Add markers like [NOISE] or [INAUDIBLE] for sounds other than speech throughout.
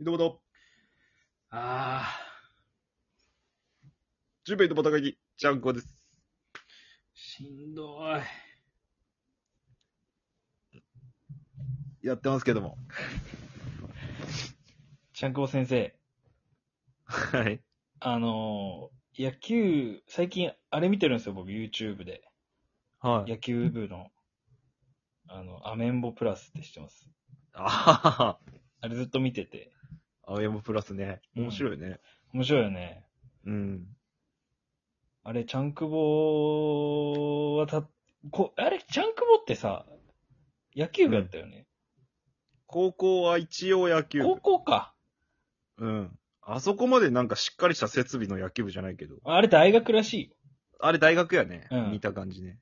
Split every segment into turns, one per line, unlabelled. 井戸端、
ああ、
準備井戸端会議、ちゃんこです。
しんどい。
やってますけども。
ちゃんこ先生、
はい。
あのー野球、最近あれ見てるんですよ、僕 YouTube で。
は。 [LAUGHS]
野球部の、あの、アメンボプラスって知ってます。
あはは。
あれずっと見てて。
青山プラスね。面白いね。
面白いよね。
うん。
あれ、ちゃんくぼはた、こ、あれ、ちゃんくぼってさ、野球部やったよね。
高校は一応野球
高
部。
校か。
うん。あそこまでなんかしっかりした設備の野球部じゃないけど。
あれ大学らしいよ。
あれ大学やね。
うん
見た感じね。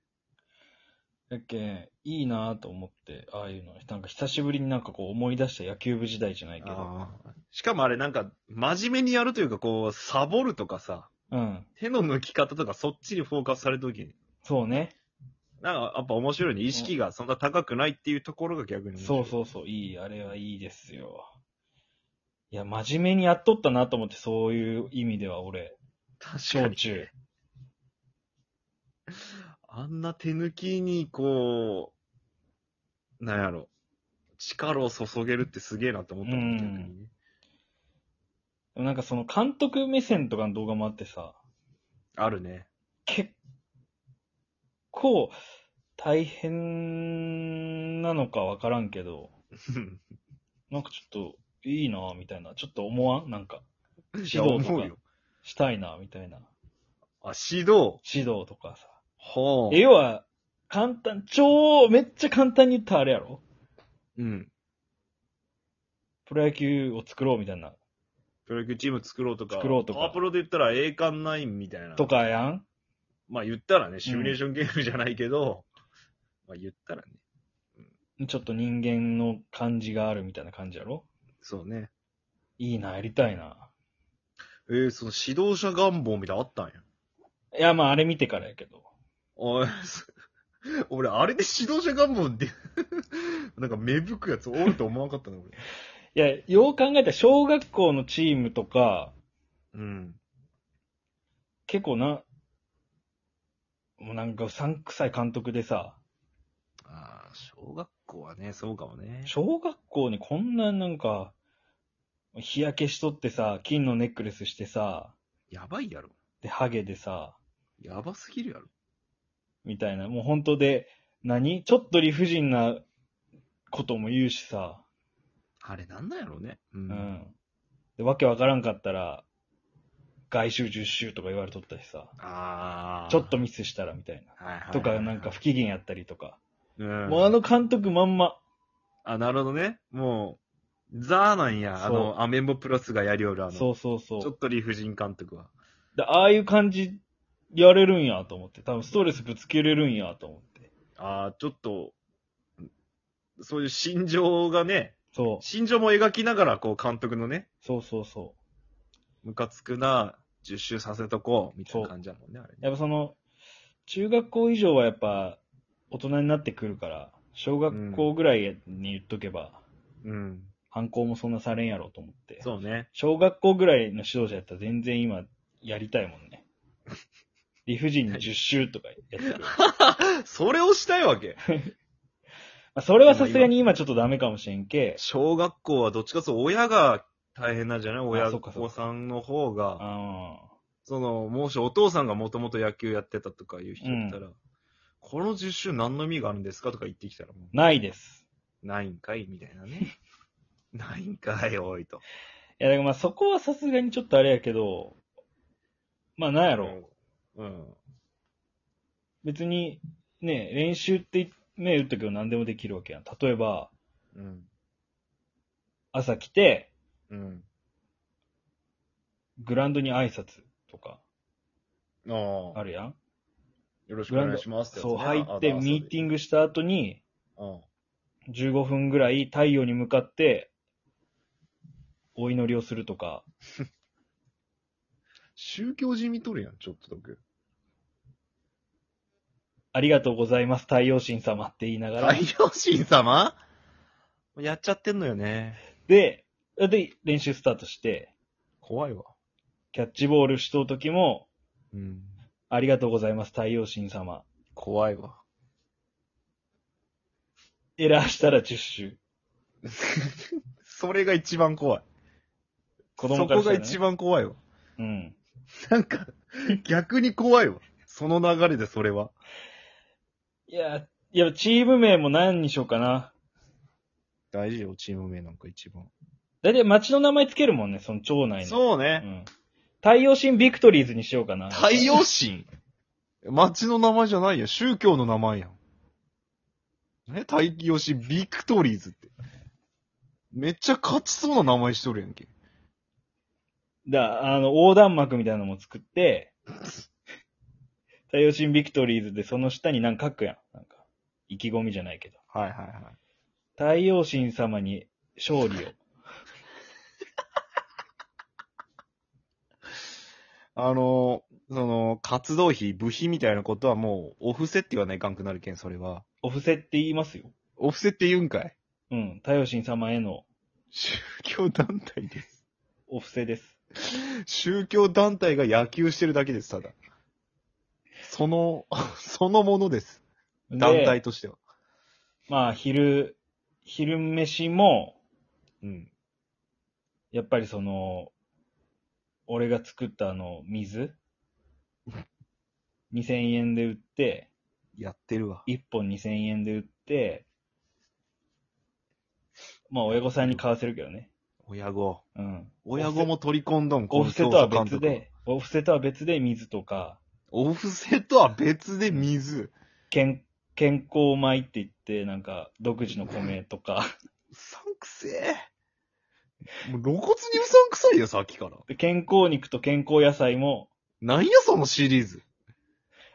だっけ、いいなぁと思って、ああいうの。なんか久しぶりになんかこう思い出した野球部時代じゃないけど。
ああ。しかもあれなんか、真面目にやるというか、こう、サボるとかさ、
うん。
手の抜き方とかそっちにフォーカスされた時に、
そうね。
なんかやっぱ面白いね。意識がそんな高くないっていうところが逆に面白い。
そうそうそう、いい、あれはいいですよ。いや、真面目にやっとったなと思って、そういう意味では俺、
確か
小
に。
中。
あんな手抜きに、こう、なんやろ、力を注げるってすげえなと思ったも、
うんん
逆にね。
でもなんかその監督目線とかの動画もあってさ、
あるね。
結構大変なのかわからんけど、なんかちょっといいなぁみたいな、ちょっと思わんなんか、
い
指
や、
導
思
と
う
か
よ。
したいなぁみたいな、
あ、指導。
指導とかさ。
は
え、要は、簡単、超、めっちゃ簡単に言ったらあれやろ
うん。
プロ野球を作ろうみたいな
プロ野球チーム作ろうとか、
作ろうとか
パワープロで言ったら栄冠ナインみたいな。
と。かやん
まあ言ったらね、シミュレーションゲームじゃないけど、まあ言ったらね。
ちょっと人間の感じがあるみたいな感じやろ
そうね。
いいな、やりたいな。
えー、その指導者願望みたいなのあったんや。
いや、まああれ見てからやけど。
おい、そ [LAUGHS] 俺、あれで指導者願望で、 [LAUGHS] なんか芽吹くやつおると思わなかったな、俺。
いや、よう考えたら小学校のチームとか、
うん。
結構な、もうなんかうさんくさい監督でさ、
ああ、小学校はね、そうかもね。
小学校にこんななんか、日焼けしとってさ、金のネックレスしてさ、
やばいやろ。
で、ハゲでさ、
やばすぎるやろ。
みたいな、もう本当で、何ちょっと理不尽なことも言うしさ、
あれなんなんやろうね。う
う。ん。で、わけわからんかったら、外周10周とか言われとったしさ、
ああ。
ちょっと、ミスしたらみたいな。
はいはいはい
とか、なんか、不機嫌やったりとか。
うん。
もうあの監督まんま。
あ、なるほどね。もう、ザーなんや。あ
そう
の、アメンボプラスがやりおる、あの、
そうそうそ
ちょ
う。
っと理不尽監督は。
で、ああいう感じやれるんやと思って。多分ストレスぶつけれるんやと思って。
ああ、ちょっと、そういう心情がね、
そう。
心情も描きながら、こう、監督のね、
そうそうそ
ムカつくな、10周させとこう、みたいな感じだもんね、あれ
う。や
ね。
っぱその、中学校以上はやっぱ、大人になってくるから、小学校ぐらいに言っとけば、
うん。
反抗もそんなされんやろうと思って。
そうね。
小学校ぐらいの指導者やったら全然今やりたいもん [LAUGHS] ね。理不尽に10周とかやってる。ま
それをしたいわけ。
あそれはさすがに今ちょっとダメかもしれんけ。
小学校はどっちかというと親が大変なんじゃない親、
そ
お
っかそっか
子さんの方が、
ああ。
その、もしお父さんがもともと野球やってたとかいう人だったら、この10周何の意味があるんですかとか言ってきたら、も
ないです。
うないんかいみたいな
[LAUGHS]
ね。ないんかい、おいと。
いや、だからまあそこはさすがにちょっとあれやけど、まあなんやろ。
うん。
別に、ね、練習って目打ったけど何でもできるわけやん。例えば、
うん。
朝来て、
うん。
グラウンドに挨拶とか、
あ
あ
あ。
るやん。
よろしくお願いします
そう、入ってミーテ
ン
ィングした後に、
グ。うん。
15分ぐらい太陽に向かって、お祈りをするとか、
宗教じみとるやん、ちょっとだけ。
ありがとうございます、太陽神様って言いながら、
陽神様やっちゃってんのよね。
で、で、練習スタートして、
怖いわ。
キャッチボールしとう時も、
うん。
ありがとうございます、太陽神様。
怖いわ。
エラーしたら10周。
[LAUGHS] それが一番怖い。
子供から
そこが一
番。
番怖いわ。
うん。
なんか、逆に怖いわ。その流れでそれは。
いや、いや、チーム名も何にしようかな。
大事よ、チーム名なんか一番。
だいたい町の名前つけるもんね、その町内の。
そう
う
ね。
ん。太陽神ビクトリーズにしようかな。
太陽神町の名前じゃないやん。宗教の名前やん。ね、太陽神ビクトリーズって。めっちゃ勝ちそうな名前しとるやんけ。
だ、あの、横断幕みたいなのも作って、太陽神ビクトリーズでその下になんか書くやん。なんか、意気込みじゃないけど。
はいはいはい。
太陽神様に勝利を。
あの、その、活動費、部費みたいなことはもう、オフセって言わないかんくなるけん、それは。
お布施って言いますよ。
オフセって言うんかい
うん。太陽神様への
宗教団体です。
お布施です。
宗教団体が野球してるだけです、ただ。その、 [LAUGHS] そのものです。
で
団体。としては。
まあ、昼、昼飯も、
うん。
やっぱりその、俺が作ったあの、水 ?2000 円で売って、
やってるわ。
1本2000円で売って、まあ、親御さんに買わせるけどね。
親子。
うん。
親子も取り込んどん、
お
の
布施とは別。で、お布施とは別で水とか、
オフセとは別で水。
健健康米って言って、なんか、独自の米
[LAUGHS]
とか、
うさんくせえ。もう露骨にうさんくさいよ、さっきから。
で健康肉と健康野菜も、
なんや、そのシリーズ。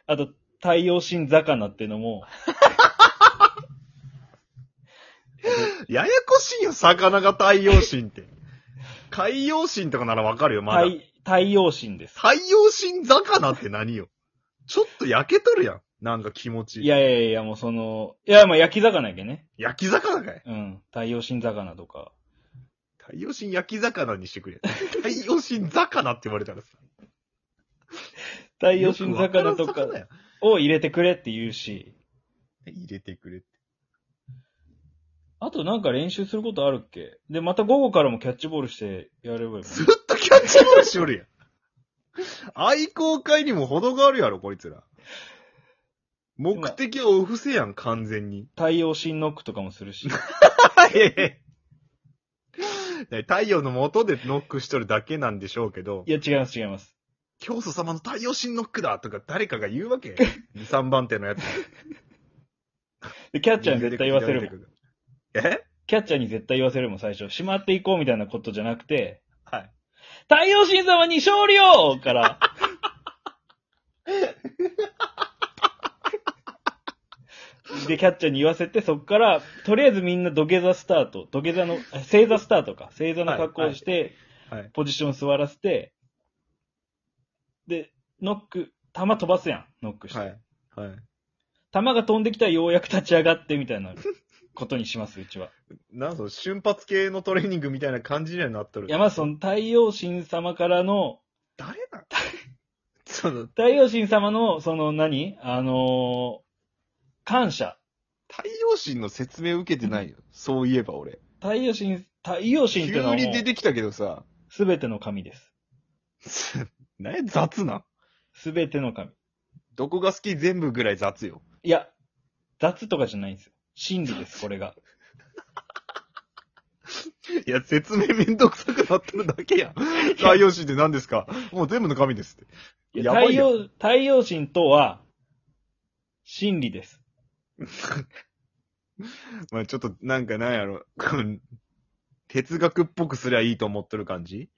あと、太陽神魚っていうのも、
ややこしいよ、魚が太陽神って。海洋神とかならわかるよ、まだ。
太太陽神です。
太陽神魚って何よ。ちょっと焼けとるやん。なんか気持ち。
いやいやいや、もうその、いや、まあ焼き魚やけね。
焼き魚かい。
うん。太陽神魚とか。
太陽神焼き魚にしてくれ。太陽神魚って言われたらさ。
太陽神魚とか
よくわらん魚や
を入れてくれって言うし、
入れてくれって。
あとなんか練習することあるっけで、また午後からもキャッチボールしてやればいいもんね。
ずっとキャッチボールしよるやん。愛好会にも程があるやろ、こいつら。目的はお布施やん、完全に。
太陽神ノックとかもする
[LAUGHS]
し。
はい。太陽の下でノックしとるだけなんでしょうけど
い、や、違います、違います。
教祖様の太陽神ノックだとか誰かが言うわけ ?2、3番手のやつ。
で、キャッチャーに絶対言わせるもん。
え
キャッチャーに絶対言わせるもん、最初。しまっていこうみたいなことじゃなくて、
はい。
太陽神様に勝利を
[LAUGHS]
から、で、キャッチャーに言わせて、そっから、とりあえずみんな土下座スタート、土下座の、あ正座スタートか、正座の格好をして、
はいはい
ポジション座らせて、で、ノック、球飛ばすやん、ノックして。
はい。はい。
球が飛んできたらようやく立ち上がって、みたいなことにします、うちは。
なんそ瞬発系のトレーニングみたいな感じにはなっとる。
いや、まずその太陽神様からの、
誰なん [LAUGHS] その、
太陽神様の、その何あのー感謝。
太陽神の説明受けてないよ。そういえば俺。
太陽神、太陽神って
急
のはも
に出
う、
てきたけどさ、 [LAUGHS]
すべての神です。
何や雑なん
すべての神。
どこが好き全部ぐらい雑よ。
いや、雑とかじゃないんですよ。真理です、これが。
いや、説明めんどくさくなってるだけやん。太陽神って何ですかもう全部の神ですって。
い
や
や
ば
太
いよ
陽、太陽神とは、真理です。
まあちょっと、なんかなんやろ。こう哲学っぽくすりゃいいと思っとる感じ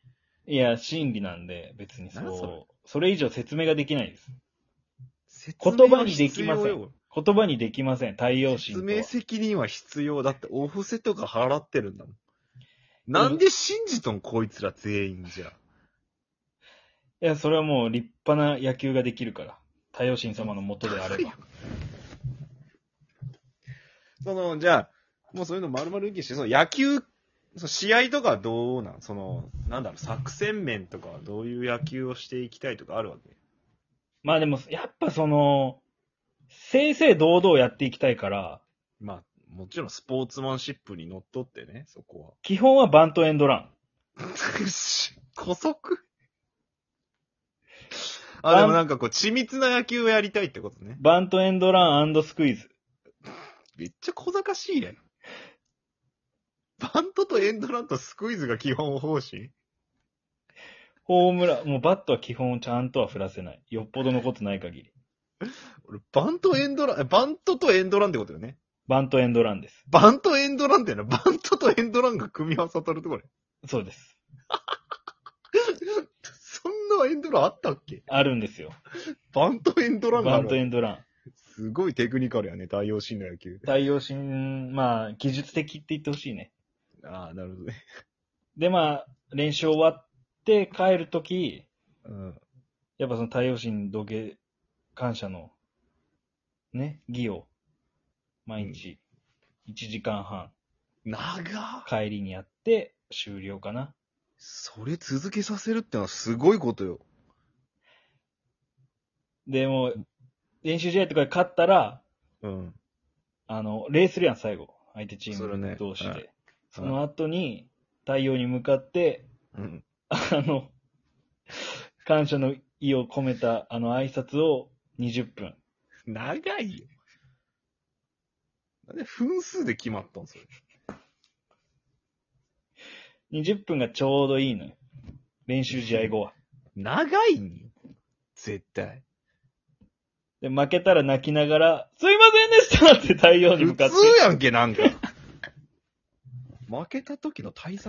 いや、真理なんで、別にそ
何それ
う。それ以上説明ができないです。
説明は
言葉にできません
必要よ
言葉にできません、太陽神と
説
は。
明責任は必要。だって、お布施とか払ってるんだもん。なんで信じとん、こいつら全員じゃ。
いや、それはもう立派な野球ができるから。太陽神様のもとであれば。
その、じゃあ、もうそういうの丸々受けして、その野球、そう試合とかはどうなんその、なんだろう、作戦面とかはどういう野球をしていきたいとかあるわけ
まあでも、やっぱその、正々堂々やっていきたいから、
まあ、もちろんスポーツマンシップにのっとってね、そこ
基本はバントエンドラン。
[LAUGHS] は。古速あ、でもなんかこう、緻密な野球をやりたいってことね。
バントエンドランスクイズ。
めっちゃ小賢しいね。バントとエンドランとスクイズが基本方針
ホームラン、もうバットは基本ちゃんとは振らせない。よっぽどのことない限り。
俺、バントエンドラン、えバントとエンドランってことよね。
バントエンドランです。
バントエンドランってのは、バントとエンドランが組み合わさったるところ。 [LAUGHS]
そうです。
そんなエンドランあったっけ
あるんですよ。
バントエンドランが
バ
あ
ント
る。
エンドラン。
すごいテクニカルやね、対応心の野球。
対応しん、まあ、技術的って言ってほしいね。
ああ、なるほどね。
で、まあ、練習終わって帰るとき、
うん。
やっぱその太陽神同型感謝の、ね、儀を、毎日、1時間半、
長っ
帰りにやって、終了かな。
それ続けさせるってのはすごいことよ。
で、もう、練習試合とかで勝ったら、
うん。
あの、礼するやん、最後。相手チー
するね
ム同士で。
はい
その後に、太陽に向かって、
うん。
あの、感謝の意を込めた、あの、挨拶を20分。
長いよ。なんで分数で決まったんそれ。
20分がちょうどいいのよ。練習試合後は。
長いんよ。絶対。
で、負けたら泣きながら、すいませんでしたって太陽に
普 [LAUGHS]
向かって。
通やんけ、なんか。負けた時の対策